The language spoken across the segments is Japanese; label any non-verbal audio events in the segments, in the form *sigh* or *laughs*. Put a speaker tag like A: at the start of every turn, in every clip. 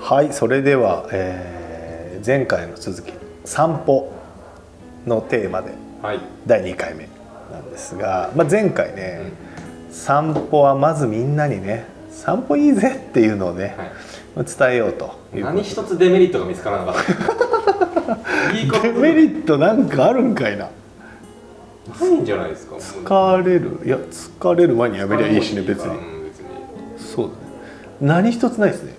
A: はいそれでは、えー前回の続き散歩のテーマで
B: はい
A: 第2回目なんですが、まあ、前回ね、散歩はまずみんなにね散歩いいぜっていうのをね、
B: は
A: 伝えようと
B: い、
A: いうこと
B: 何一つデメリットが見つからなかったいいこと
A: デメリットなんかあるんかいな
B: ないんじゃないですかもう
A: 疲れるいや疲れる前にやめりゃいいしね別
B: から
A: に
B: うん別に
A: そうだね何一つないですね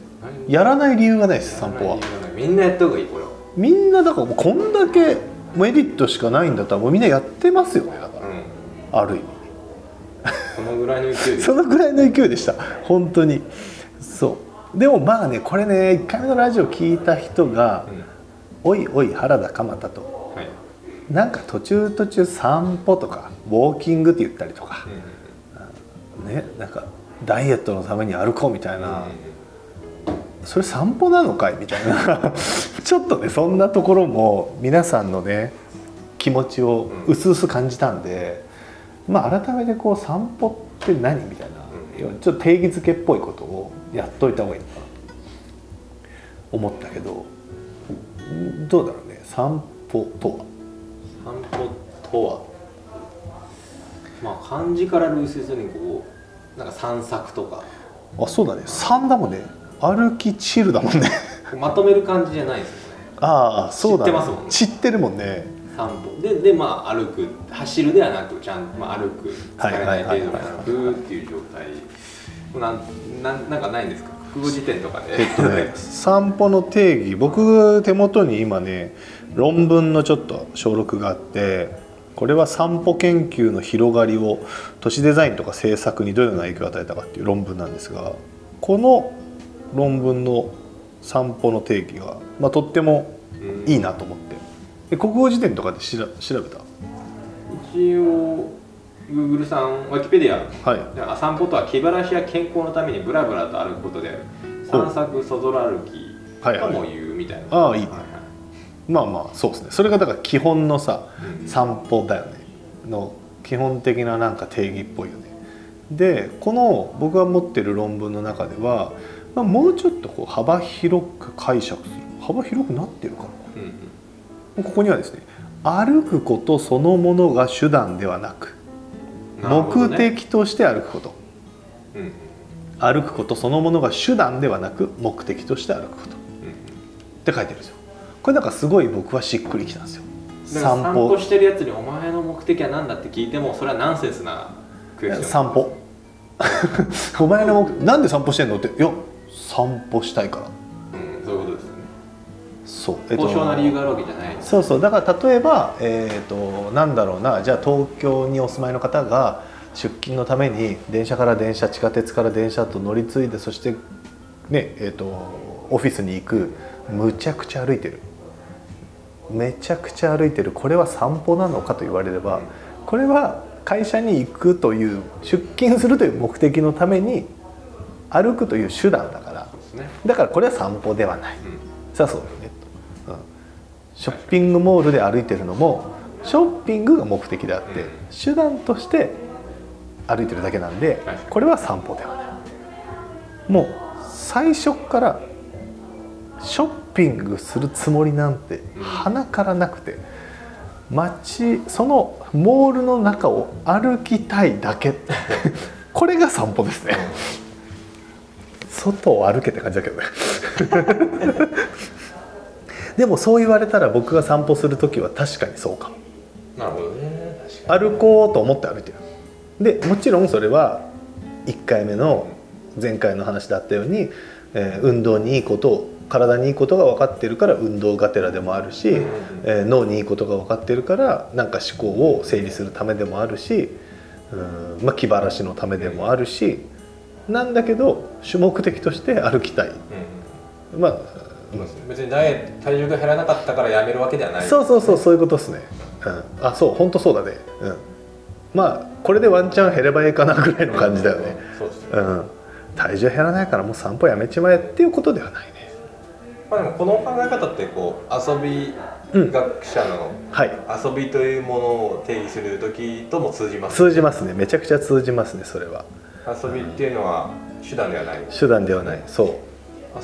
B: 何
A: やらない理由がないです
B: やら
A: 散
B: ない
A: 歩は
B: 理由がないみんなやった方がいいこれは
A: みんなだからもうこんだけメリットしかないんだったらもうみんなやってますよねだから
B: う
A: ある意
B: んこのぐらいの勢い
A: 味
B: で
A: そのぐらいの勢いでした本当にそうでもまあねこれね1回目のラジオ聞いた人が
B: うん
A: 「おいおい原田鎌田」と
B: はい
A: なんか途中途中散歩とかウォーキングって言ったりとか
B: うん、うん
A: ねなんかダイエットのために歩こうみたいな、
B: う
A: それ散歩なのかいみたいな *laughs* ちょっとねそんなところも皆さんのね気持ちを
B: うん
A: 薄々感じたんで、まあ改めてこう散歩って何みたいな、ちょっと定義づけっぽいことをやっといた方がいいのかな思ったけどんどうだろうね散歩とは
B: ん散歩とはまあ漢字から類推するにこうなんか散策とか
A: あそうだね3だもんね歩きチルだもんね
B: *laughs* まとめる感じじゃないですよね
A: ああそうだ、ね、
B: 知ってますもんね
A: 知ってるもんね
B: 散歩ででまあ歩く走るではなくちゃんと、まあ、歩く
A: はい
B: 疲れない程度に
A: はいはい
B: 歩くっていう状態なんなんなんかないんですか空語辞典とかで、
A: えっとね、散歩の定義僕手元に今ね論文のちょっと小録があってこれは散歩研究の広がりを都市デザインとか政策にどのような影響を与えたかっていう論文なんですがこの論文の散歩の定義が、まあ、とっても
B: *laughs* うん
A: いいなと思ってで国語辞典とかでしら調べた
B: 一応 Google さん Wikipedia
A: はい
B: あ散歩とは気晴らしや健康のためにブラブラと歩くことであ
A: ほ
B: る
A: う
B: 散策そぞろ歩き
A: はいはい
B: とも言うみたいな、
A: ああいいね
B: は
A: まあまあそうですねそれがだから基本のさ
B: うん
A: 散歩だよねの基本的ななんか定義っぽいよねでこの僕が持ってる論文の中では、まあ、もうちょっとこう幅広く解釈する幅広くなってるか
B: いうんうん
A: なここにはですね歩くことそのものが手段ではなく
B: なるほど
A: 目
B: ね
A: 的として歩くこと
B: うんうん
A: 歩くことそのものが手段ではなく目的として歩くことって書いてるんですよこれなんかすごい僕はしっくりきたんですよ
B: うんだから散歩してるやつに「お前の目的は何だ?」って聞いてもそれはナンセンスなクエスチョン
A: 散歩 *laughs* お前の目なんで散歩してんのっていや散歩したいから
B: うん、そういうことですよね。
A: そう、
B: 高尚な理由があるわけじゃない。
A: そうそうだから例えばえっ、となんだろうなじゃあ東京にお住まいの方が出勤のために電車から電車地下鉄から電車と乗り継いでそしてねえっ、とオフィスに行くむちゃくちゃ歩いてるめちゃくちゃ歩いてるこれは散歩なのかと言われればこれは会社に行くという出勤するという目的のために歩くという手段だから
B: そうですね。
A: だからこれは散歩ではない
B: うん。
A: さあそうだよね、うん、ショッピングモールで歩いてるのもショッピングが目的であって、
B: うん
A: 手段として歩いてるだけなんで、
B: はい
A: これは散歩ではないもう最初っからショッピングするつもりなんて
B: うん
A: 鼻からなくて街そのモールの中を歩きたいだ
B: *laughs*
A: けこれが散歩ですね外を歩けって感じだけどね *laughs* でもそう言われたら僕が散歩する時は確かにそうかも
B: なるほどね。確か
A: 歩こうと思って歩いてるでもちろんそれは1回目の前回の話だったように、えー運動にいいことを体にいいことが分かってるから運動がてらでもあるし、
B: うんうん
A: えー脳にいいことが分かってるからなんか思考を整理するためでもあるし、うんまあ、気晴らしのためでもあるしなんだけど主目的として歩きたい、
B: に。
A: まあ
B: うん。うん。別にダイエット体重が減らなかったからやめるわけではない。
A: そうそうそうそういうことですね、うん、あそう本当そうだね、うん、まあこれでワンチャン減ればいいかなぐらいの感じだよね、
B: うん。そうですね。
A: うん、体重減らないからもう散歩やめちまえっていうことではないね
B: まあでもこの考え方ってこう遊び
A: うん
B: 学者の
A: はい
B: 遊びというものを定義する時とも通じます。
A: 通じますねめちゃくちゃ通じますねそれは
B: 遊びっていうのは手段ではない。
A: 手段ではないそう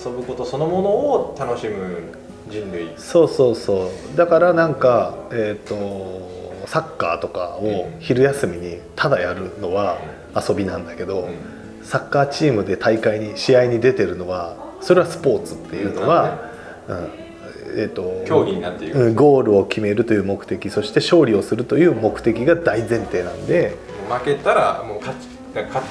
B: 遊ぶことそのものを楽しむ人類
A: そうそうそうだからなんかえっ、とサッカーとかを昼休みにただやるのは遊びなんだけど、サッカーチームで大会に試合に出てるのはそれはスポーツっていうのは、うんえっと
B: 競技になっていく、
A: うんゴールを決めるという目的そして勝利をするという目的が大前提なんで
B: 負けたらもう勝ち勝ち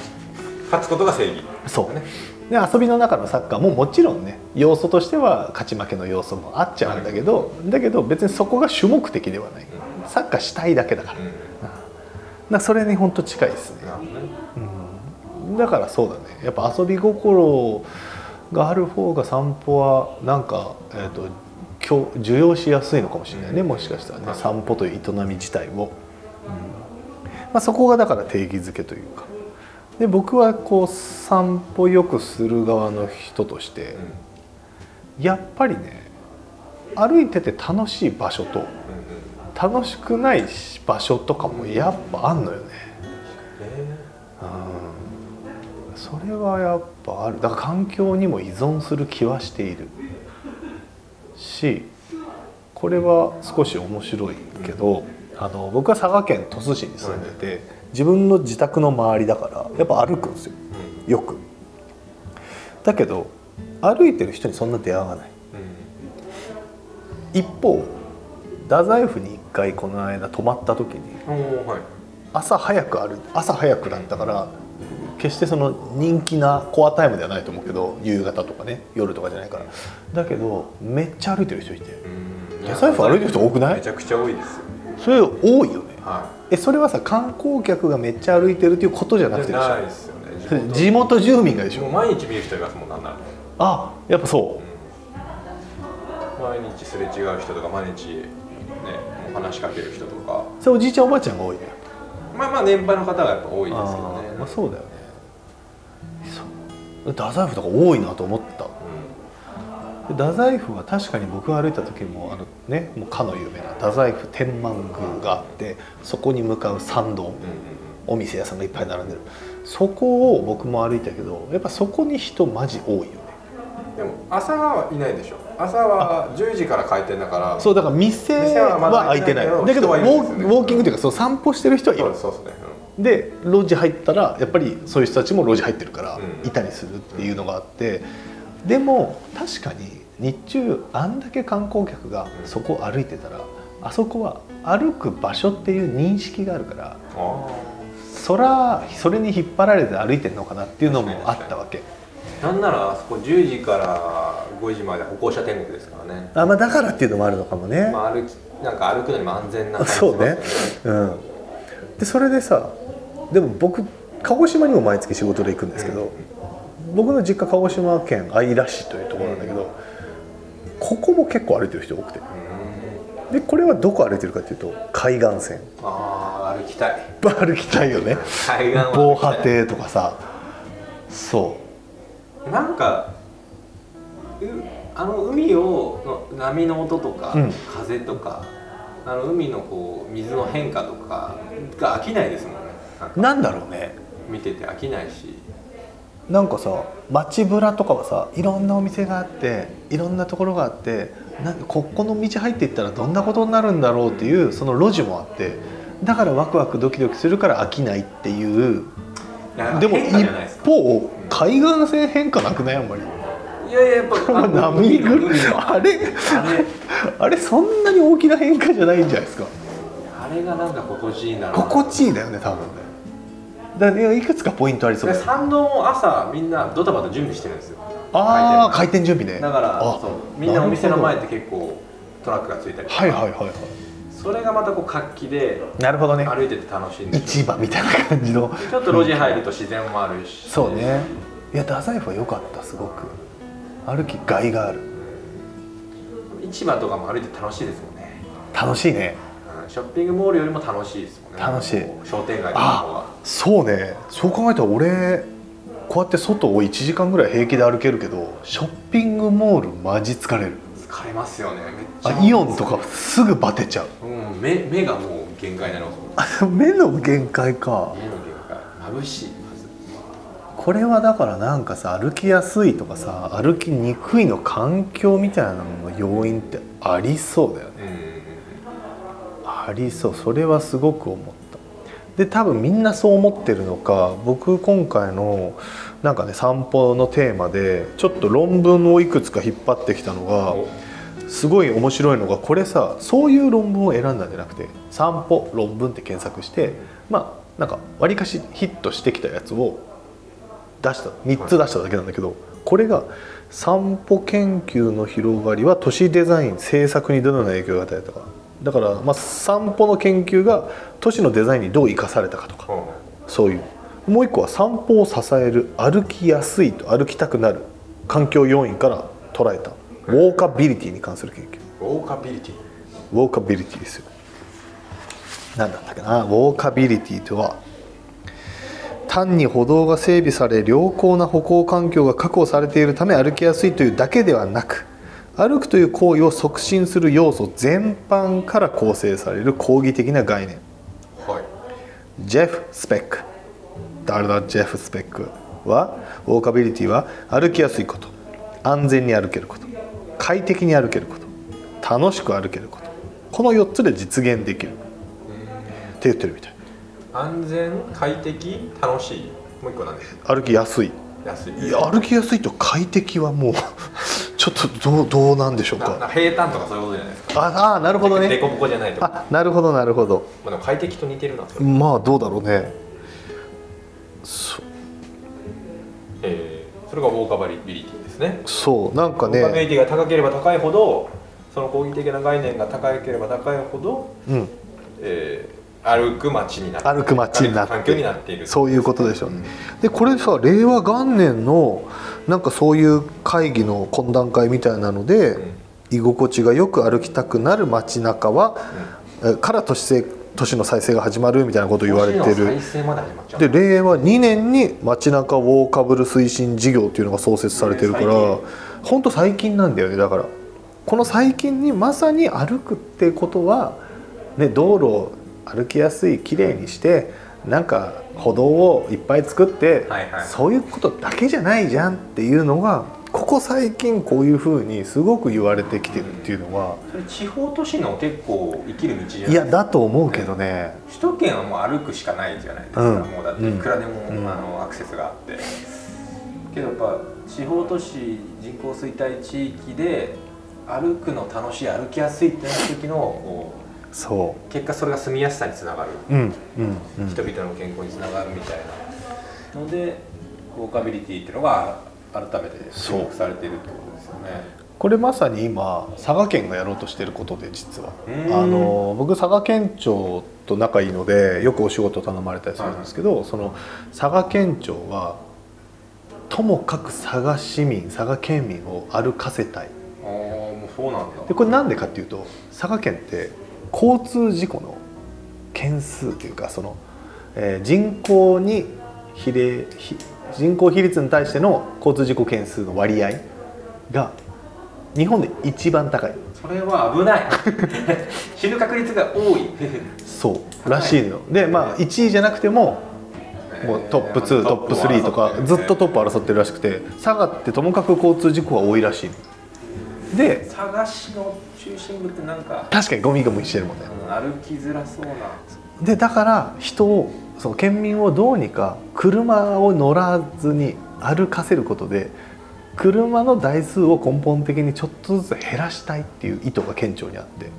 B: 勝つことが正義
A: そう
B: ね
A: で遊びの中のサッカーももちろんね要素としては勝ち負けの要素もあっちゃうんだけどだけど別にそこが主目的ではないサッカーしたいだけだからだからそれに本当近いですね
B: うん、なるほどね
A: うんだからそうだねやっぱ遊び心がある方が散歩はなんか、えー、と強受容しやすいのかもしれないね、
B: うん
A: もしかしたらね、
B: はい
A: 散歩という営み自体を、うんまあ、そこがだから定義づけというかで僕はこう散歩よくする側の人として、やっぱりね歩いてて楽しい場所と
B: うんうんうん
A: 楽しくない場所とかもやっぱあんのよね、
B: ね
A: うんそれはやっぱあるだから環境にも依存する気はしているしこれは少し面白いけど、あの僕は佐賀県鳥栖市に住んでて、自分の自宅の周りだからやっぱ歩くんですよよくだけど歩いてる人にそんな出会わない
B: うんうん
A: 一方太宰府に一回この間泊まった時に
B: おーはい
A: 朝早くある朝早くだったから決してその人気なコアタイムではないと思うけど夕方とかね夜とかじゃないからだけどめっちゃ歩いてる人いて
B: うん
A: 野菜歩歩いてる人多くない
B: めちゃくちゃ多いですよ
A: それ多いよね
B: は
A: えそれはさ観光客がめっちゃ歩いてるっていうことじゃ
B: い
A: なくてでし
B: ない
A: ょ
B: ですよね
A: それ *laughs* 地元住民がでし
B: もう
A: ょ
B: 毎日見る人いますもんなんなら
A: あやっぱそう
B: 毎日すれ違う人とか毎日ねもう話しかける人とか
A: それおじいちゃんおばあちゃんが多いね
B: まあまあ年配の方がやっぱ多いですけ
A: あ
B: どね
A: ーまあそうだよねそう太宰府とか多いなと思ったで太宰府は確かに僕が歩いた時もあの、ね、もうかの有名な太宰府天満宮があってそこに向かう参道
B: うんうん
A: お店屋さんがいっぱい並んでるそこを僕も歩いたけどやっぱそこに人マジ多いよね
B: うんでも朝はいないでしょ朝は10時から開店だから
A: そうだから店
B: 店はま
A: は
B: だ
A: 開いてない
B: 開いてな
A: だ
B: い
A: け
B: け
A: ど
B: ど
A: ウォ
B: 人
A: ー
B: はいるんで
A: ウ
B: すよね
A: ォーキングというかそう散歩してる人はい
B: そう
A: る
B: ですそうですね、
A: で路地入ったらやっぱりそういう人たちも路地入ってるから
B: うん
A: いたりするっていうのがあってでも確かに日中あんだけ観光客がそこを歩いてたらあそこは歩く場所っていう認識があるから
B: うん、あ
A: そらそれに引っ張られて歩いてるのかなっていうのもあったわけ
B: あなんならあそこ10時から5時まで歩行者天国ですからね、
A: あ、まあ、だからっていうのもあるのかもね
B: まあ、歩きなんか歩くのにも安全な感じしま
A: そ
B: すよ
A: うね、うん、でそれでさでも僕鹿児島にも毎月仕事で行くんですけど、僕の実家鹿児島県姶良市というところなんだけど、ここも結構歩いてる人多くて
B: うん
A: でこれはどこ歩いてるかっていうと海岸線
B: ああ歩きたい
A: 歩きたいよね
B: 海岸は
A: 防波堤とかさそ
B: なんかうあの海をの波の音とか、
A: うん
B: 風とかあの海のこう水の変化とかが飽きないですもんねなん
A: う
B: か
A: なんだろうね
B: 見てて飽きないし
A: なんかさ街ぶらとかはさいろんなお店があっていろんなところがあってなんここの道入っていったらどんなことになるんだろうっていうその路地もあってだからワクワクドキドキするから飽きないっていう
B: なんか
A: でも
B: 変化
A: 一
B: じゃないですか
A: 方海岸線変化なくないあんまり
B: いやいややっぱあの
A: 波
B: 海の
A: ぐ
B: 海の
A: あれ
B: あれ
A: あれそんなに大きな変化じゃないんじゃないですか
B: あれがなんか心地いいんだろうな
A: 心地いいだよね多分ねだからいくつかポイントありそう
B: で
A: だよ
B: 参道も朝みんなドタバタ準備してるんですよ
A: ああ
B: 回
A: 開店準備ね
B: 転だから
A: あ
B: そうみんなお店の前っ
A: な
B: て
A: る
B: 結構トラックがついたりとか
A: ほどはいはいはいはい
B: それがまたこう活気で
A: なるほどね
B: 歩いてて楽しいんで
A: 市場みたいな感じの
B: ちょっと路地入ると自然もあるし
A: そうねいや太宰府は良かったすごく歩きがいがある
B: 市場とかも歩いて楽しいですもんね、
A: 楽しいね
B: うん、ショッピングモールよりも楽しいですもんね
A: 楽しい
B: 商店街とか
A: あ
B: は
A: そうねそう考えたら俺こうやって外を1時間ぐらい平気で歩けるけどショッピングモールマジ疲れる
B: 疲れますよねめっちゃ
A: あイオンとかすぐバテちゃ *laughs* う
B: うん目目がもう限界になの
A: あ目の限界か
B: 目の限界眩しいまず
A: これはだからなんかさ歩きやすいとかさ歩きにくいの環境みたいなのの要因ってありそうだよね
B: うん
A: ありそうそれはすごく思ったで多分みんなそう思ってるのか僕今回のなんかね散歩のテーマでちょっと論文をいくつか引っ張ってきたのが
B: お
A: すごい面白いのがこれさそういう論文を選んだんじゃなくて「散歩論文」って検索してまあなんかわりかしヒットしてきたやつを出した3つ出しただけなんだけど、これが「散歩研究の広がりは都市デザイン制作にどのような影響が与えたか」だから、まあ、散歩の研究が都市のデザインにどう生かされたかとか
B: うん
A: そういうもう一個は散歩を支える歩きやすいと歩きたくなる環境要因から捉えたウォーカビリティに関する研究
B: ウォーカビリティ
A: ウォーカビリティですよ何だったかなウォーカビリティとは単に歩道が整備され良好な歩行環境が確保されているため歩きやすいというだけではなく歩くという行為を促進する要素全般から構成される抗議的な概念
B: はい
A: ジェフ・スペック誰だジェフ・スペックはウォーカビリティは歩きやすいこと安全に歩けること快適に歩けること楽しく歩けることこの4つで実現できるって言ってるみたい
B: 安全快適楽しいもう一個なんです
A: 歩きやすい
B: 安い
A: いや歩きやすいと快適はもう *laughs* ちょっとどうどうなんでしょう
B: なな
A: か
B: 平坦とかそういうことじゃないですか
A: ああなるほど
B: で
A: ね
B: こぼこじゃないとか、ま
A: あなるほどなるほど
B: あ、でも快適と似てるなそれ、
A: まあどうだろうねそ
B: えーそれがウォーカビリティですね
A: そうなんか
B: ウォーカビリ
A: ね
B: ティが高ければ高いほどその攻撃的な概念が高ければ高いほど、
A: うん
B: えー歩く街になって
A: 歩く街になって
B: 環境になっている
A: そういうことでしょうね、でこれさ令和元年のなんかそういう会議の懇談会みたいなので、
B: ん
A: 居心地がよく歩きたくなる街中は、えから都市性都市の再生が始まるみたいなことを言われて
B: 都市の
A: る
B: 再生まで始まっちゃう
A: で令和2年に街中ウォーカブル推進事業っていうのが創設されてるから、
B: ね最
A: ほんと最近なんだよねだからこの最近にまさに歩くってことは、ね、道路を歩きやすいきれいにしてなんか歩道をいっぱい作って、
B: はいはい
A: そういうことだけじゃないじゃんっていうのがここ最近こういうふうにすごく言われてきてるっていうのは、
B: それ地方都市の結構生きる道じゃない
A: いやだと思うけどね。
B: 首都圏はもう歩くしかないじゃないですか、
A: うん
B: もうだっていくらでも、
A: うん
B: あのアクセスがあって
C: けどやっぱ地方都市人口衰退地域で歩くの楽しい歩きやすいってなった時のこ
A: そ
B: 結果それが住みやすさにつながる、
A: う、うんうんうん、
B: 人々の健康につながるみたいな
C: うのでウォーカビリティっていうのが改めて注
A: そう
C: 目されているってことですよね
A: これまさに今佐賀県がやろうとしてることで実は
B: うーん
A: あの僕佐賀県庁と仲いいのでよくお仕事頼まれたりするんですけど、その佐賀県庁はともかく佐賀市民佐賀県民を歩かせたい
B: ああもうそうなんだ
A: でこれなんでかっていうと佐賀県って交通事故の件数というかその、えー人口に比例ひ人口比率に対しての交通事故件数の割合が日本で一番高い
C: それは危ない *laughs* 死ぬ確率が多い
A: そうらしいの、でまあ1位じゃなくてももうトップ2、トップ3とかずっとトップ争ってるらしくて佐賀ってともかく交通事故が多いらしいので
C: 探しの中心部ってなんか、
A: 確かにゴミゴミしてるもんね
C: うん歩きづらそうな
A: でだから人をその県民をどうにか車を乗らずに歩かせることで車の台数を根本的にちょっとずつ減らしたいっていう意図が県庁にあってだか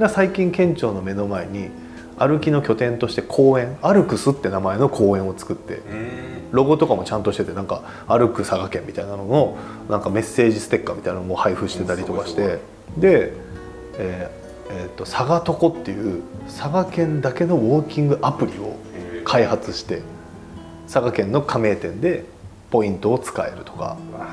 A: ら最近県庁の目の前に歩きの拠点として公園アルクスって名前の公園を作って
B: うんうん
A: ロゴとかもちゃんとしててなんか「歩く佐賀県」みたいなののなんかメッセージステッカーみたいなのも配布してたりとかし
B: うんす
A: てで、えーえーと佐賀とこっていう佐賀県だけのウォーキングアプリを
B: へー
A: 開発して佐賀県の加盟店でポイントを使えるとか
B: うわ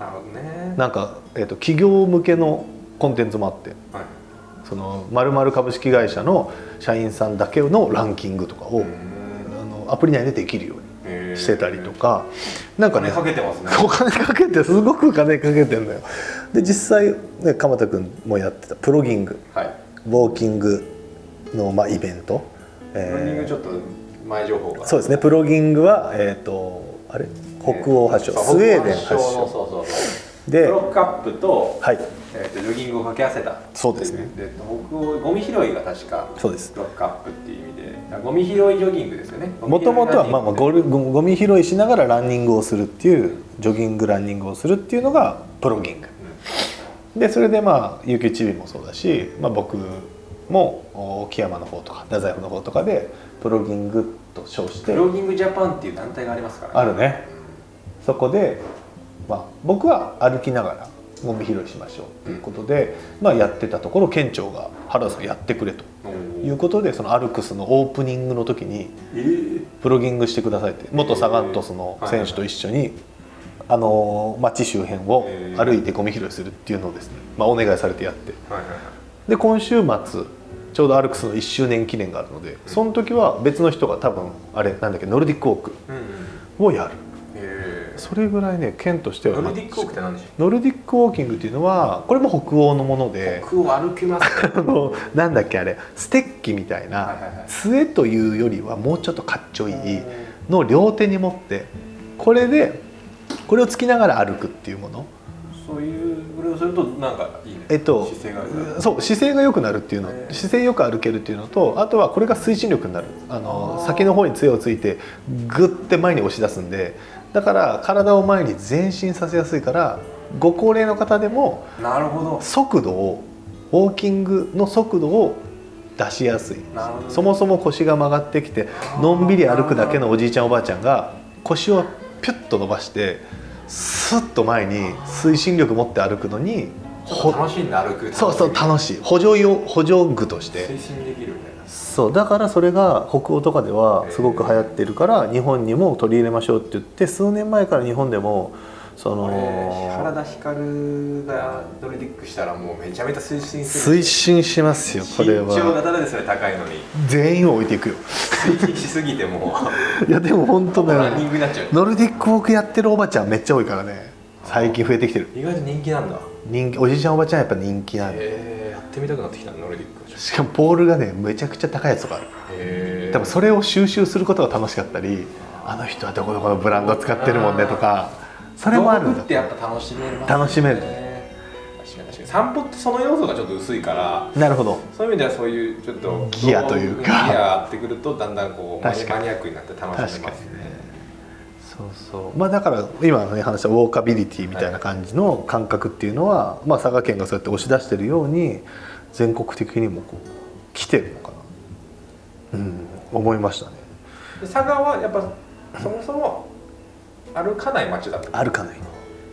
B: なるほどね
A: なんか、えーと企業向けのコンテンツもあって
B: はい
A: その〇〇株式会社の社員さんだけのランキングとかを、
B: うん
A: あのアプリ内でできるよう
B: へー
A: にしてたりとか、なん
B: お
A: か
B: 金
A: ね
B: かけてますね
A: *laughs* お金かけてすごく金かけてんのよで実際、ね、鎌田君もやってたプロギング
B: はい
A: ウォーキングの、まあ、イベント、
B: ランニング
A: え
B: ちょっと前情報が
A: ーそうですねプロギングは、えー、とあれ北欧発祥
B: そう
A: スウェーデン
B: 北
A: 発
B: 欧の
A: 祥
C: そうそうそうブ
A: で
C: ロックアップと,、
A: はい
C: えーとジョギングを掛け合わせた
A: そうですね
C: で北欧ゴミ拾いが確か
A: そうです
C: ブロックアップっていう意味であゴミ拾いジョギングですよね
A: もともとはまあまあゴルゴゴミ拾いしながらランニングをするっていうジョギングランニングをするっていうのがプロギングでそれでまあ有給チビもそうだし、まあ、僕もお木山の方とか太宰府の方とかでプロギングと称し
C: プ
A: て
C: ロギングジャパンっていう団体がありますから、
A: あるねそこで、まあ、僕は歩きながらゴミ拾いしましょうっていうことで、まあ、やってたところ県庁が原田さんやってくれと
C: お
A: い
C: ー
A: うことでそのアルクスのオープニングの時に
C: えー
A: プロギングしてくださいって元サガン鳥栖の選手と一緒に、あのー町周辺を歩いてゴミ拾いするっていうのをですね、まあ、お願いされてやって
B: はいはいはい
A: で今週末ちょうどアルクスの1周年記念があるのでその時は別の人が多分あれなんだっけノルディックウォーク
B: うんうん
A: をやる
B: え
A: それぐらいね県として
B: ー
A: は
B: ノルディックウォークって何でしょ
A: ノルディックウォーキングっていうのはこれも北欧のもので
C: 僕を歩きますね
A: あのなんだっけあれステッキみた
C: は
A: い
C: いはいは
A: ない杖というよりはもうちょっとかっち *laughs* ょいいのを両手に持ってこれでこれをつきながら歩くっていうもの
C: そういうこれをするとなんかいいね
A: えっと
C: 姿勢がある
A: そう姿勢が良くなるっていうの
C: へえ
A: 姿勢よく歩けるっていうのとあとはこれが推進力になるあの
C: あー
A: 先の方に杖をついてグッて前に押し出すんでだから体を前に前進させやすいからご高齢の方でも
C: なるほど
A: 速度をウォーキングの速度を出しやすい
C: なるほど
A: そもそも腰が曲がってきてのんびり歩くだけのおじいちゃんおばあちゃんが腰をピュッと伸ばしてスッと前に推進力持って歩くのに
B: うちょっと
A: ほ
B: 楽しんで歩く
A: そうそう
B: 楽し
A: 楽しい補助用補助具とし
C: 推
A: て
C: 進できるみたいな
A: そうだからそれが北欧とかではすごく流行ってるから日本にも取り入れましょうって言って数年前から日本でもそ
B: み
A: の
B: 俺原田光がノルディックしたらもうめちゃめちゃ推進する
A: 推進しますよこれ
B: 身長が
A: は
B: ただですね高いのに
A: 全員を置いていくよ
B: 推進しすぎ
A: *laughs*
B: てもう
A: いやでも本当
B: ランニ
A: ね
B: ングになっちゃう
A: ノルディックウォークやってるおばちゃんめっちゃ多いからね最近増えてきてる
B: 意外と人気なんだ
A: 人気おじいちゃんおばちゃんやっぱ人気なんで
B: えー、やってみたくなってきたノルディック
A: しかもボールがねめちゃくちゃ高いやつとかある
B: へえ
A: 多分それを収集することが楽しかったりあの人はどこどこのブランド使ってるもんねとかそれもあるん
C: 道
A: だ
C: 具ってやっぱ楽しめますね
A: 楽しめる
B: 確かに確かに散歩ってその要素がちょっと薄いから
A: なるほど
B: そういう意味ではそういうちょっと
A: ギアというか
B: ギアがあってくるとだんだんこうマニ
A: 確かに
B: マニアックになって楽しめますね
A: そうそうまあだから今のね話したウォーカビリティみたいな感じの感覚っていうのは、まあ、佐賀県がそうやって押し出してるように全国的にもこう来てるのかなうん思いましたね
B: で佐賀はやっぱそもそも歩かない街だった
A: 歩かない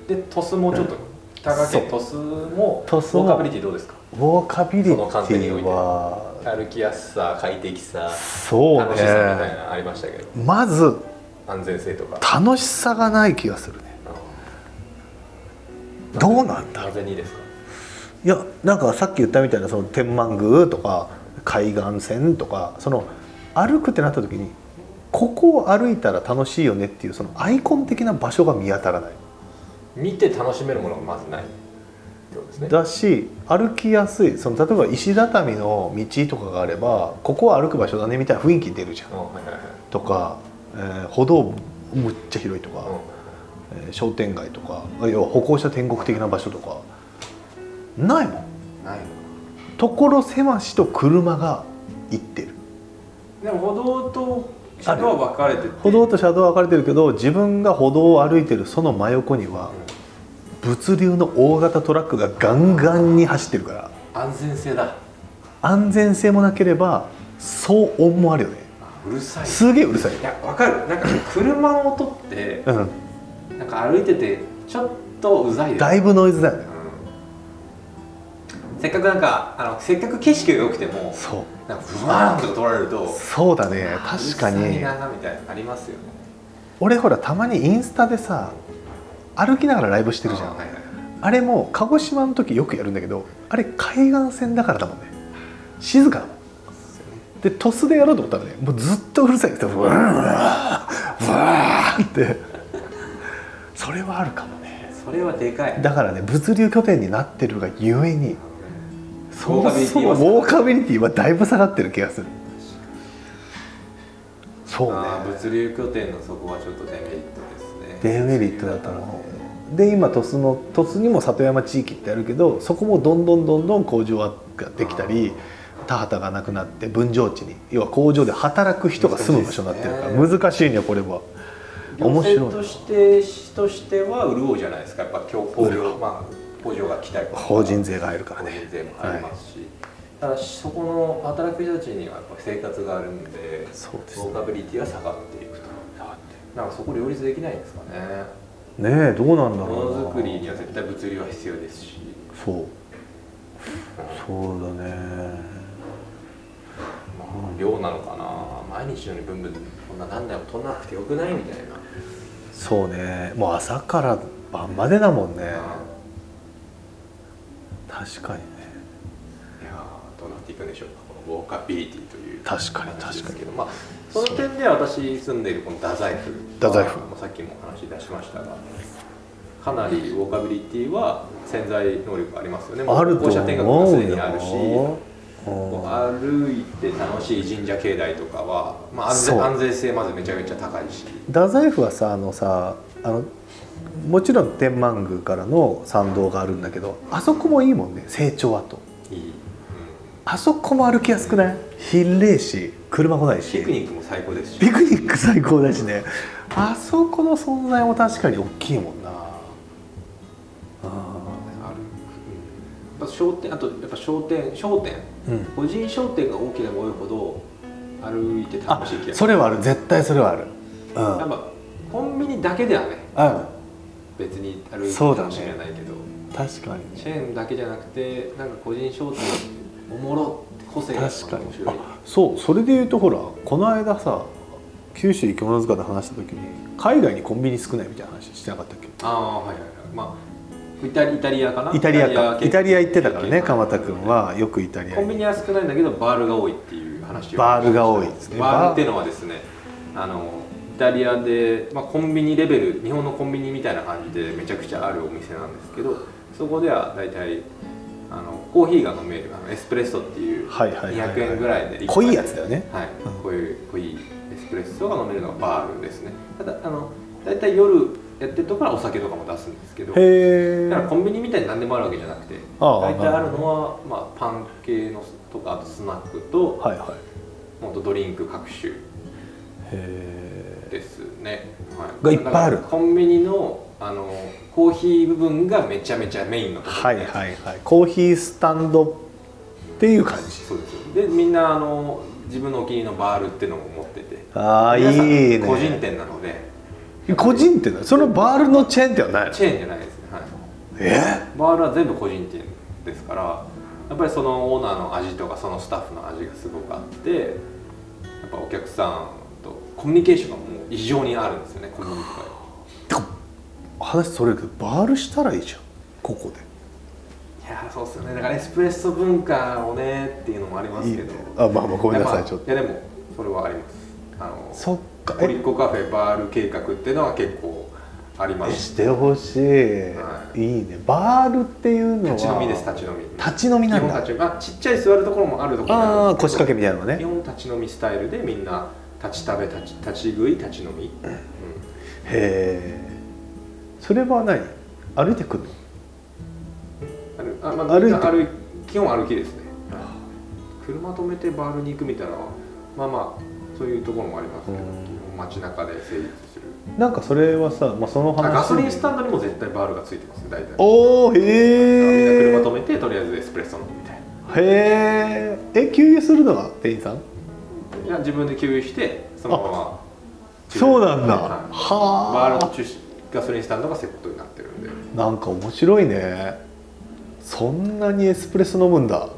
B: で鳥栖もちょっと佐賀県鳥栖も
A: 鳥栖も
B: ウォーカビリティどうですか
A: ウォーカビリテ
B: その観点にお
A: ィ
B: いて
A: は
B: 歩きやすさ快適さ
A: そう
B: 楽しさみたい
A: ね
B: なのありましたけど
A: まず
B: 安全性とか
A: 楽しさがない気がするねどうなんだろう
B: なぜにですか
A: いやなんかさっき言ったみたいなその天満宮とか海岸線とかその歩くってなった時にここを歩いたら楽しいよねっていうそのアイコン的な場所が見当たらない
B: 見て楽しめるものがまずないってことですね
A: だし歩きやすいその例えば石畳の道とかがあればここは歩く場所だねみたいな雰囲気出るじゃん
B: うんはいはいはい
A: とか、えー歩道むっちゃ広いとか、
B: う
A: えー商店街とか要は歩行者天国的な場所とかないもん
B: んない
A: ところ狭しと車が行ってる
C: でも歩道と車道は分かれてて
A: 歩道と車道は分かれてるけど自分が歩道を歩いてるその真横には物流の大型トラックがガンガンに走ってるから
C: 安全性だ
A: 安全性もなければ騒音もあるよね
C: うるさい
A: すげえうるさい
C: いや分かるなんか車の音って
A: うん
C: なんか歩いててちょっとうざいです
A: だいぶノイズだよね
C: せっかくなんかあのせっかく景色が良くても
A: そう
C: なんかブワーンとか取られると
A: そうだね確か
C: うるさい
A: に
C: なみたいなのありますよね
A: 俺ほらたまにインスタでさ歩きながらライブしてるじゃ
C: あーはい
A: ん
C: はい
A: あれも鹿児島の時よくやるんだけどあれ海岸線だからだもんね静かだもん
C: そうですよね
A: で鳥栖でやろうと思ったらねもうずっとうるさいんですよブワーブワーってそれはあるかもね
C: それはでかい
A: だからね物流拠点になってるがゆえにそもそもウ
C: ウォ
A: ォ
C: ー
A: ーカビリティはだいぶ下がってる気がするそうね
C: あー物流拠点のそこはちょっとデメリットですね
A: デメリットだったので今鳥栖の鳥栖にも里山地域ってあるけどそこもどんどんどんどん工場ができたり田畑がなくなって分譲地に要は工場で働く人が住む場所になってるから
C: 難
A: 難しいねこれは
B: 行
A: 面白い
B: 政として市としては潤うじゃないですかやっぱ今日工
A: 潤
B: 場まあ工場が来たりとか
A: 法人税が入るからね
B: 法人税もありますし、ただしそこの働く人たちにはやっぱ生活があるんで
A: そうです
B: ボーカビリティは下がっていくとなんかそこ両立できないんですかね
A: ねえどうなんだ
B: も
A: ろうな
B: のづくりには絶対物流は必要ですし
A: そうそうだね
B: まあ量なのかな毎日のようにブンブンこんな何台も取んなくてよくないみたいな、
A: そうねもう朝から晩までだもんね確かにね
B: いやーどうなっていくんでしょうかこのウォーカビリティという
A: 確かに
B: 話です
A: 確か
B: けどまあその点では私住んでいるこの太宰府
A: 太宰府
B: まあさっきもお話し出しましたがかなりウォーカビリティは潜在能力ありますよね
A: にあると
B: 校舎見学も
A: 思
B: す
A: う
B: でにあるし
A: ようん
B: こう歩いて楽しい神社境内とかは、まあ、安
A: そう
B: 全安全性まずめちゃめちゃ高いし
A: 太宰府はさあのさあのもちろん天満宮からの参道があるんだけどあそこもいいもんね成長跡
B: いい、うん
A: あそこも歩きやすくないひれいし車来ないし
B: ピクニックも最高ですし
A: ピクニック最高だしねあそこの存在も確かに大きいもんなあ
B: ある、やっぱ商店あとやっぱ商店商店
A: ーうん
B: 個人商店が大きなも多いほど歩いて楽
A: あ
B: しい気がす
A: そ
B: る
A: れはある絶対それはある
B: やっぱコンビニだけではね
A: うん、うん、
B: 別に歩いて
A: そうだね
B: 楽しめないけど、
A: 確かに
B: チ
A: ね
B: ェーンだけじゃなくてなんか個人商店おもろ個性が
A: 確かに
B: 面白い
A: あそうそれで言うとほらこの間さ九州生き物塚で話した時に海外にコンビニ少ないみたいな話してなかったっけ
B: ああはいはいはいまあイタリイタリアかな
A: イタリアかイタリア行ってたからね
B: か
A: 鎌田君はよくイタリア
B: コンビ
A: に
B: ニは少ないんだけどバールが多いっていう話を
A: バールが多いですね
B: バールっていうのはですねあのイタリアで、まあ、コンビニレベル日本のコンビニみたいな感じでめちゃくちゃあるお店なんですけどそこでは大体あのコーヒーが飲めるあのエスプレッソっていう
A: はいはいはいはい
B: 200円ぐらいで一杯
A: 濃いやつだよね
B: はい
A: うん、
B: こういう濃いエスプレッソが飲めるのがバールですねただあの大体夜やってるところはお酒とかも出すんですけど
A: へ
B: だからコ
A: え
B: ンビニみたいに何でもあるわけじゃなくて
A: ああ
B: 大体あるのは、まあ、パン系のとかあとスナックと、
A: はいはい
B: もっとドリンク各種
A: へえ
B: ですね、はい、
A: がいっぱいある
B: だからコンビニのあのコーヒー部分がめちゃめちゃメインのところ
A: はいはいはいコーヒースタンドっていう感じ
B: そうですでみんなあの自分のお気に入りのバールっていうのを持ってて
A: ああいい
B: 皆さん
A: ね
B: 個人店なので
A: 個人店だそのバールのチェーン店はないの
B: チェーンじゃないですね、はい、
A: え
B: バールは全部個人店ですからやっぱりそのオーナーの味とかそのスタッフの味がすごくあってやっぱお客さんとコミュニケーションがもう異常にあるんですよねコミュニケーションが
A: てか話それるけどバールしたらいいじゃんここで
B: いやーそうっすよねだからエスプレッソ文化をねっていうのもあります
A: いい
B: け
A: ね
B: ど
A: あまあまあごめんなさ
B: や
A: い
B: ぱ
A: ちょっと
B: やでもそれはありますあの
A: そっか
B: コリ
A: え
B: ッコカフェバール計画っていうのは結構ありま
A: え
B: す
A: してほしい、
B: はい
A: い、いねバールっていうのは
B: 立ち飲みです立ち飲み
A: 立ち飲みなん
B: 基本
A: だ
B: 立ち飲みあちっちゃい座るところもあるところも
A: ああ
B: るんで
A: 腰
B: す
A: 掛
B: け
A: け
B: ど
A: みたいなの
B: 基
A: ね
B: 本立ち飲みスタイルでみんな立ち食べ立ち立ち食い立ち飲み、うん
A: へえそれは何歩いてくるの
B: あるあまあ、
A: 歩いて
B: 歩い基本歩きですね、車止めてバールに行くみたいなまあまあそういうところもありますけど、
A: うん
B: 基本街中で成立する
A: なんかそれはさ、まあ、その
B: あ
A: 話
B: ガソリンスタンドにも絶対バールがついてますね大体
A: おおへ
B: みんな
A: え
B: 車止めてとりあえずエスプレッソ飲むみたいな
A: へええ給油するのが店員さん
B: いや自分で給油してそのまま
A: そうなんだ
B: は
A: はい
B: バ
A: あ
B: ールと駐車ガソリンスタンドがセットになってるんで、うん
A: なんか面白いねそんなにエスプレッソ飲むんだ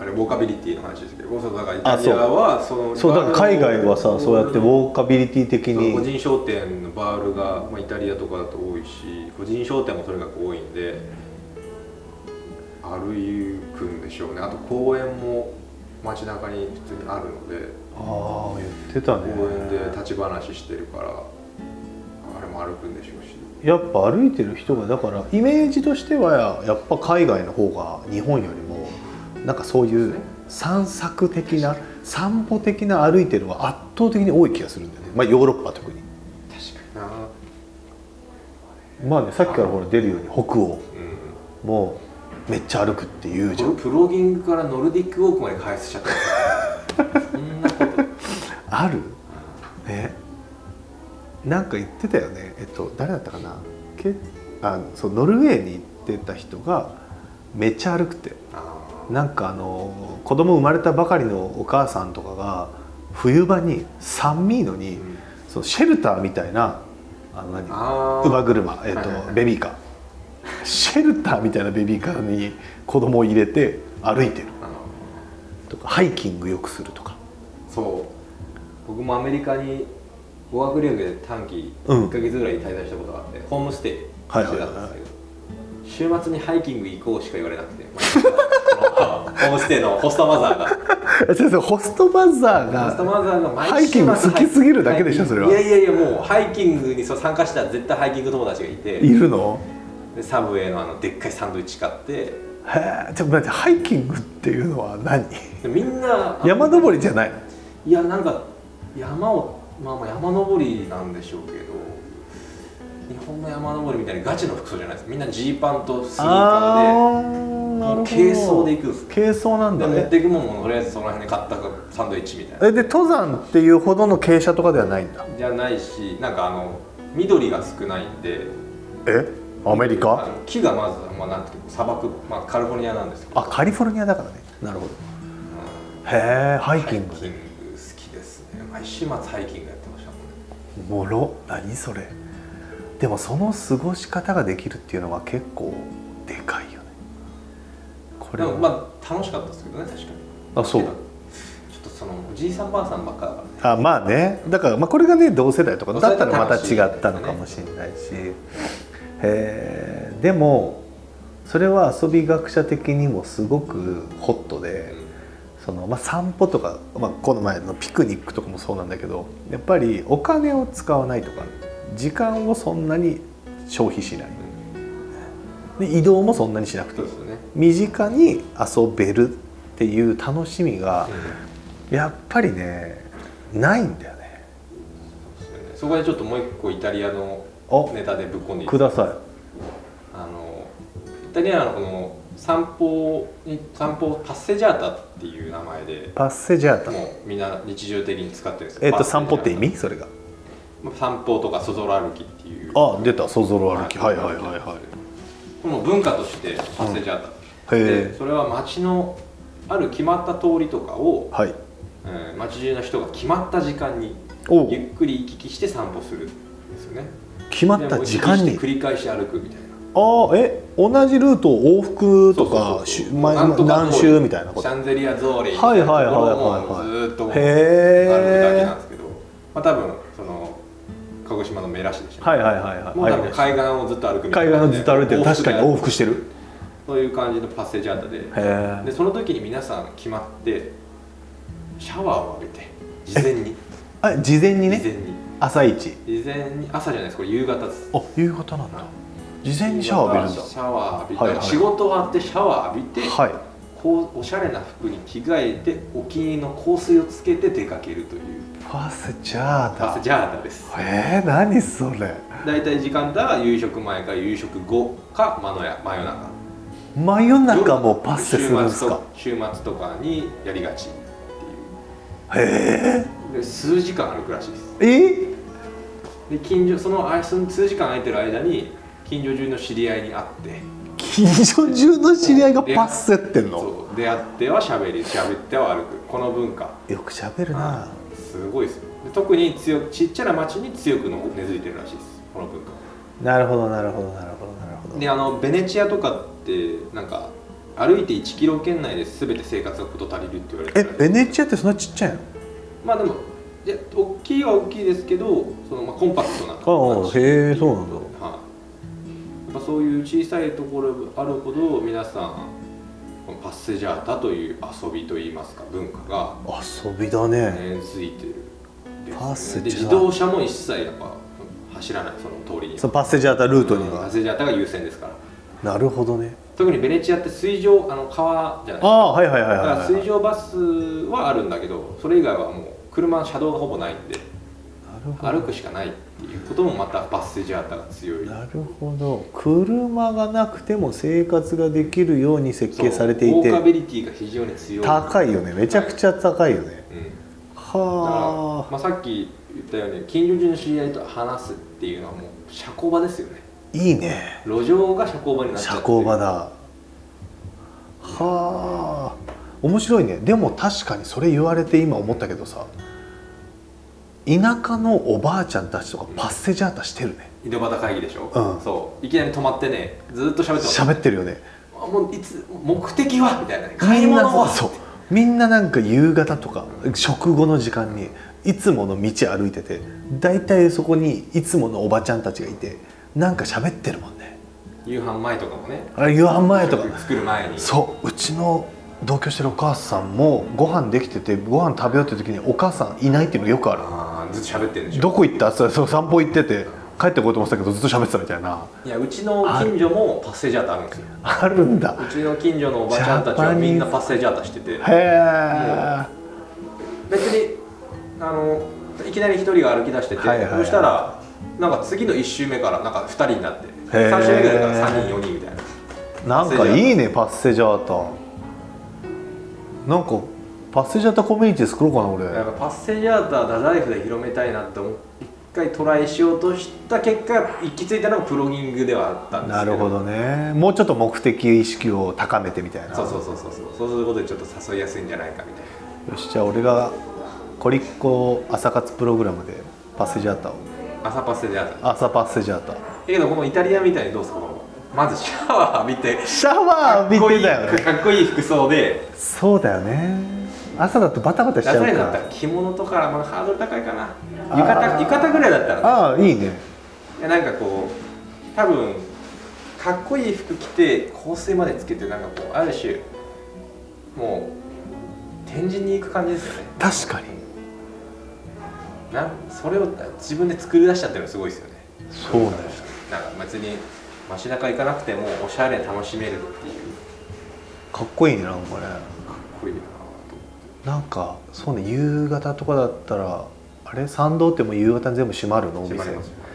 B: あれウォーカビリティの話ですけどそうだからイ
A: あ
B: タリアはその
A: そうだから海外はさそうやってウ
B: ー
A: ォーカビリティ的
B: 個
A: に
B: 人商店のバールが、まあ、イタリアとかだと多いし個人商店もとにかく多いんで歩くんでしょうねあと公園も街中に普通にあるので
A: ああ言ってたね
B: 公園で立ち話してるからあれも歩くんでしょうし
A: やっぱ歩いてる人がだからイメージとしてはやっぱ海外の方が日本よりもなんかそういう散策的な散歩的な歩いてるのは圧倒的に多い気がするんだよねまあヨーロッパ特にまあねさっきからほら出るように北欧
B: う
A: もうめっちゃ歩くっていうんじゃん
B: プロギングからノルディックウォークまで開発しちゃったそんなこと
A: あるねなんか言ってたよねえっと誰だったかなけあそうノルウェーに行ってた人がめっちゃ歩くって
B: あ
A: なんかあの子供生まれたばかりのお母さんとかが冬場に寒いの
B: ー
A: に
B: うん
A: そのシェルターみたいなあの何
B: あー
A: 馬車、えっ
B: はいはいは
A: と
B: い
A: ベビーカーシェルターみたいなベビーカーに子供を入れて歩いてる
B: あの
A: とかハイキングよくするとか *laughs*
B: そう僕もアメリカに語学留学で短期
A: うん
B: 1ヶ月ぐらい滞在したことがあって、ホームステイして
A: は
B: た
A: いはい
B: ん
A: はい
B: で
A: はい
B: すけど週末にハイキング行こうしか言われなくて *laughs* そのホームステイのホストマザーが
A: え先生ホストバザー
B: ホスト
A: が
B: マザーが
A: ハイ
B: 毎週
A: キン
B: 末
A: グ好きすぎるだけでしょそれはい
B: やいやいやもうハイキングにそう参加したら絶対ハイキング友達がいて
A: いるの
B: でサブウェイのあのでっかいサンドイッチ買って
A: へえちょっと待ってハイキングっていうのは何
B: でみんな
A: 山登りじゃないの
B: いやなんか山をまあまあ山登りなんでしょうけど日本の山登りみたいにガチの服装じゃないですみんなジーパンとスニーカー
A: あーなるほど
B: 軽装で行くんです
A: 軽装なん
B: で
A: だ
B: で持っ
A: ね
B: ていくものもとりあえずその辺で買ったサンドイッチみたいな
A: えで登山っていうほどの傾斜とかではないんだ
B: じゃないしなんかあの緑が少ないんで
A: えアメリ
B: あ
A: カ
B: の木がまず、まあ、なんていうか砂漠、まあ、カリフォルニアなんですけど
A: あカリフォルニアだからねなるほどへえハイキング
B: ハイキング好きですね毎週末ハイキングやってましたも
A: おも
B: んね
A: ろ何それでもその過ごし方ができるっていうのは結構でかいよねこ
B: で
A: れは
B: もまあ楽しかったですけどね確かに
A: あそう
B: ちょっとそのおじいさんばあさんばっかだから
A: あ
B: ね
A: まあねだから、まあ、これがね同世代とか
B: 同
A: だ
B: 世
A: った
B: 代
A: らまた
B: 楽しい
A: 違ったのかもしれないし、えーでもそれは遊び学者的にもすごくホットでその、まあ、散歩とか、まあ、この前のピクニックとかもそうなんだけどやっぱりお金を使わないとか時間をそんなに消費しないで移動もそんなにしなくて
B: そ
A: いうい
B: ですよね、
A: 身近に遊べるっていう楽しみがやっぱりねないんだよね。
B: そこでちょっともう一個イタリアの
A: お
B: ネタでぶっこんでいい
A: くださ
B: あのイタリアのこの散歩に散歩パッセジャータっていう名前で
A: い。パッセジャータ。
B: もうみんな日常的に使ってるんですよ
A: えっと
B: パッセジャ
A: 散
B: ータ
A: 歩って意味？それが。
B: まあ散歩とかそぞろ歩きっていう
A: あ、出た。そぞろ歩き。は
B: はいい
A: はいはいは
B: この文化としてパッセジャータ、
A: い。へ
B: で
A: え。
B: それは街のある決まった通りとかを、
A: はい。
B: うん、街中の人が決まった時間に
A: おう
B: ゆっくり行き来して散歩するんですよね
A: 決まった時間
B: で
A: に
B: も。繰り返し歩くみたいな
A: ああ、え、同じルートを往復と
B: そ
A: か
B: う
A: し
B: そうそう
A: 毎
B: なんとか
A: 何周みたいなこ
B: シ
A: と。
B: ャンゼリア通り
A: はいはいはいはい
B: もうずーっと歩くだけ
A: へ
B: なんですけど、まあ多分その鹿児島の目らしでし
A: え。
B: ょ、
A: はいはいはいはい。
B: もう
A: あ
B: 多
A: り
B: 分
A: ました
B: 海岸をずっと歩くみたい
A: 海
B: な
A: 岸を
B: 感
A: ず
B: じ
A: っ
B: で
A: と歩いてる。確かに往
B: 往復で
A: 復してる。
B: そういう感じのパッセージャータ
A: へ
B: ででその時に皆さん決まってシャワーを浴びて事前に
A: え。あ、事前に
B: 事
A: ね。
B: 前に
A: 朝一。
B: 事前に朝じゃないですこれ夕方です
A: あ、夕方なんだ。事前にシャワー浴びるん
B: シャワー浴びて、
A: はいはい
B: 仕事終わってシャワー浴びて、
A: だ。はい。
B: こうおしゃれな服に着替えてお気に入りの香水をつけて出かけるという
A: パッセジャー
B: パ
A: タ
B: ス。ジャータです
A: えー、何それ
B: 大体時間帯は夕食前か夕食後か真のや真夜中
A: 真夜中もパッセするんですか
B: 週末と週末とかにやりがちって
A: へ
B: いうで数時間歩くらしいです
A: ええ
B: で近所そのあその数時間空いてる間に近所中の知り合いに会って
A: 近所中の知り合いがパッセってんの
B: そう出会ってはしゃべりしゃべっては歩くこの文化
A: よくしゃべるな
B: すごいですよで特に強くちっちゃな町に強くの根付いてるらしいですこの文化
A: なるほどなるほどなるほどなるほ
B: であのベネチアとかってなんか歩いて1キロ圏内で全て生活が事足りるって言われて
A: え
B: る
A: ベネチアってそんなちっちゃいの
B: まあでもいや大きいは大きいですけどその、まあ、コンパクトな
A: ああへえそうなんだ
B: はい、やっぱそういう小さいところあるほど皆さんこのパッセジャータという遊びといいますか文化が
A: 遊びだね
B: 根付いてるですね
A: パッセ
B: で
A: ジャータ
B: 自動車も一切やっぱ走らないその通りに
A: そのパッセジャータルートに
B: うんパ
A: は
B: ッセジャータが優先ですから
A: なるほどね
B: 特にベネチアって水上あの川じゃ
A: あ
B: ないですか
A: あはいはいはい
B: だから
A: はい
B: 水
A: なる
B: 上バスはあるんだけどそれ以外はもう車の車道がほぼないんで
A: ほど
B: 歩くしかないっていうこともまたバスセジャータが強い
A: なるほど車がなくても生活ができるように設計されてい
B: そうウォーカビ
A: て
B: リティが非常に強い
A: 高いよねめちゃくちゃ高いよね
B: うんだか
A: は
B: ら、
A: あ
B: まあ、さっき言ったように近所中の知り合いと話すっていうのはもう社交場ですよね
A: いいね
B: 路上が社交場になっちゃ
A: 社
B: ってる
A: 交場だはあ面白いねでも確かにそれ言われて今思ったけどさ田舎のおばあちゃんたちとかパッセジャータしてるね
B: 井戸端会議でしょ、
A: うん
B: そういきなり止まってねずっと喋ってます
A: 喋ってるよね
B: あもういつ目的はみたいなね買い
A: み
B: 物
A: ん
B: は
A: なそうみんななんか夕方とか食後の時間にいつもの道歩いてて大体そこにいつものおばちゃんたちがいてなんか喋ってるもんね
B: 夕飯前とかもね
A: あれ夕飯前とか
B: 作る前に
A: そううちの同居してるお母さんもご飯できててご飯食べようって時にお母さんいないっていうのよくある
B: あーずっと喋ってるんでしょ
A: どこ行ったそうそう散歩行ってて帰ってこようと思ってたけどずっと喋ってたみたいない
B: やうちの近所もパッセジャータあるんですよ
A: あるんだ
B: うちの近所のおばちゃんたちはみんなパッセジャータしてて
A: へえ
B: 別にあのいきなり一人が歩き出してて、
A: はいはいはい
B: そしたらなんか次の1周目からなんか2人になって
A: へー
B: 3周目ぐらいから3人4人みたいな
A: なんかいいねパッセジャータなんかパッセジャータコミュニティ作ろうかな俺
B: やっぱパッセジャータはダダイフで広めたいなって思う一回トライしようとした結果行き着いたのがプロギングではあったんです
A: な
B: けど
A: るほどねもうちょっと目的意識を高めてみたいな
B: そうそうそうそうそうそうすることでちょっと誘いやすいんじゃないかみたいな
A: よしじゃあ俺がコリッコ朝活プログラムでパッセジャータを
B: 朝パッセジャータだ
A: 朝パッセジャータ
B: けどこのイタリアみたいにどうすかまずシャワー浴びて
A: シャワー浴びてだよね
B: かっこいい服装で
A: そうだよね朝だとバタバタしちゃ
B: ダ
A: う
B: サいだったら
A: か
B: 着物とかまあハードル高いかな
A: あー
B: 浴衣浴衣ぐらいだったら、ね
A: ああいいね
B: いや、なんかこう多分かっこいい服着て香水までつけてなんかこうある種もう展示に行く感じですよね
A: 確かに
B: なんそれを自分で作り出したっていうのがすごいですよね
A: そうね
B: なんか別に街中行かなくてもおしゃれ楽しめるっていう
A: かっこいいねなんかね
B: かっこいいな
A: なんかそうね夕方とかだったらあれ参道ってもう夕方に全部閉まるのお
B: と
A: 店
B: 迫りますよね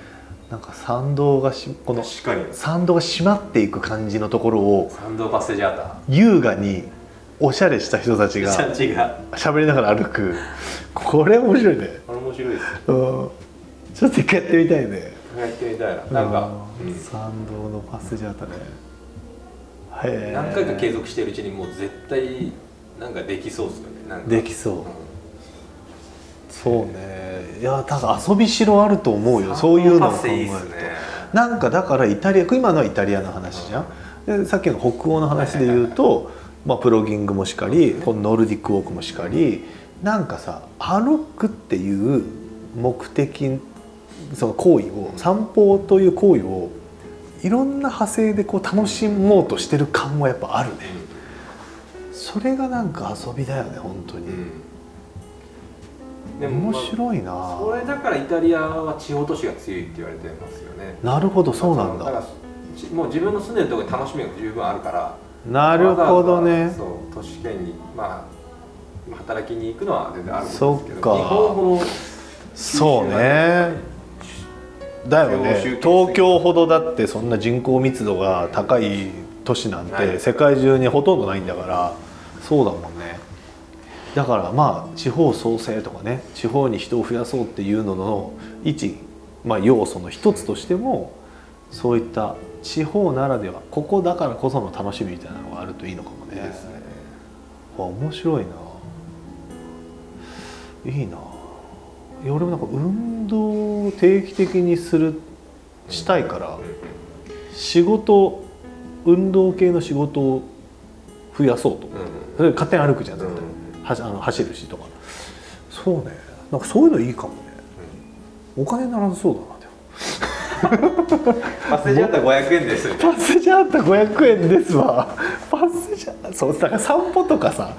A: なんか参道がしこの
B: 確かに
A: 参道が閉まっていく感じのところを
B: 参道バスジャータ
A: 優雅におしゃれした人たち
B: ちゃ
A: が
B: んちが
A: 喋りながら歩くこれ面白いね
B: これ面白いです
A: うんちょっと一回やってみたいね
B: やってみたいななんか、
A: う
B: うん
A: 参道のパスジャータねへえ
B: 何回か継続してるうちにもう絶対なんかできそうですよねなんか
A: できそう
B: うん
A: そうねいや多分遊びしろあると思うよそういうのを
B: パ
A: 考
B: セ
A: え
B: い
A: る
B: いっす
A: と
B: ね
A: なんかだからイタリア今のはイタリアの話じゃんでさっきの北欧の話で言うと、まあ、プロギングもしかりこのノルディックウォークもしかりなんかさ歩くっていう目的その行為を散歩という行為をいろんな派生でこう楽しもうとしてる感はやっぱあるねそれがなんか遊びだよね本当
B: う
A: に、
B: んでも、
A: 面
B: まあ
A: 白いな、
B: それだからイタリアは地方都市が強いって言われてますよね
A: なるほどそうなん
B: だか
A: だ
B: らちもう自分の住んでるところに楽しみが十分あるから
A: なるほど
B: わざわ
A: ね
B: ざそう都市圏にまあ働きに行くのは全然あるんですけど
A: そっか
B: 日本ほど
A: そうねだよね
B: 中央集権
A: 東京ほどだってそんな人口密度が高い都市なん
B: ない
A: て世界中にほとんどないんだからそうだもんねだからまあ地方創生とかね地方に人を増やそうっていうのの一、まあ、要素の一つとしてもそういった地方ならではここだからこその楽しみみたいなのがあるといいのかもね。
B: ですね
A: あ面白いないいないや俺もなんか運動を定期的にするしたいから仕事運動系の仕事を増やそうと
B: うん
A: それ勝手に歩くじゃん絶対、はしあの走るしとかそうねなんかそういうのいいかもね、お金ならずそうだなでも
B: パッセージあったら500円です
A: パスジャータ500円ですわパスジャータそうだから散歩とかさ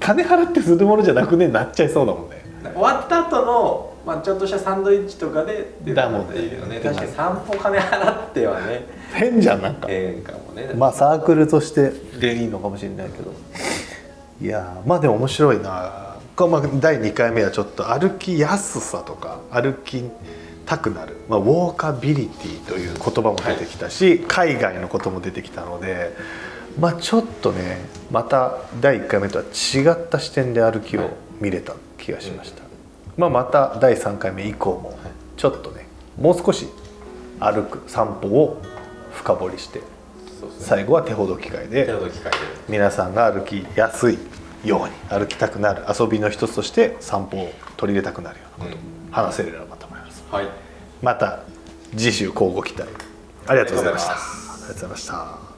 A: 金払ってするものじゃなくねなっちゃいそうだもんね
B: 終わった後のまあちょっとしたサンドイッチとかでっていうの
A: だもんね
B: いいけどね確かに散歩金払ってはね
A: 変じゃんなんか
B: ええかもね
A: まあサークルとしてでいいのかもしれないけどいやーまあでも面白いなこれまあ第2回目はちょっと歩きやすさとか歩きたくなる、まあ、ウォーカビリティという言葉も出てきたし、海外のことも出てきたので、まあ、ちょっとねまた第1回目とは違った視点で歩きを見れた気がしました、まあ、また第3回目以降もちょっとねもう少し歩く散歩を深掘りして
B: そうですね
A: 最後は手ほどき会
B: 手
A: で
B: ほどき会で
A: 皆さんが歩きやすいように歩きたくなる遊びの一つとして散歩を取り入れたくなるようなこと話せればと思います。
B: はい
A: また次週交互期待ありがとうございました
B: あ
A: あり
B: り
A: がとうございました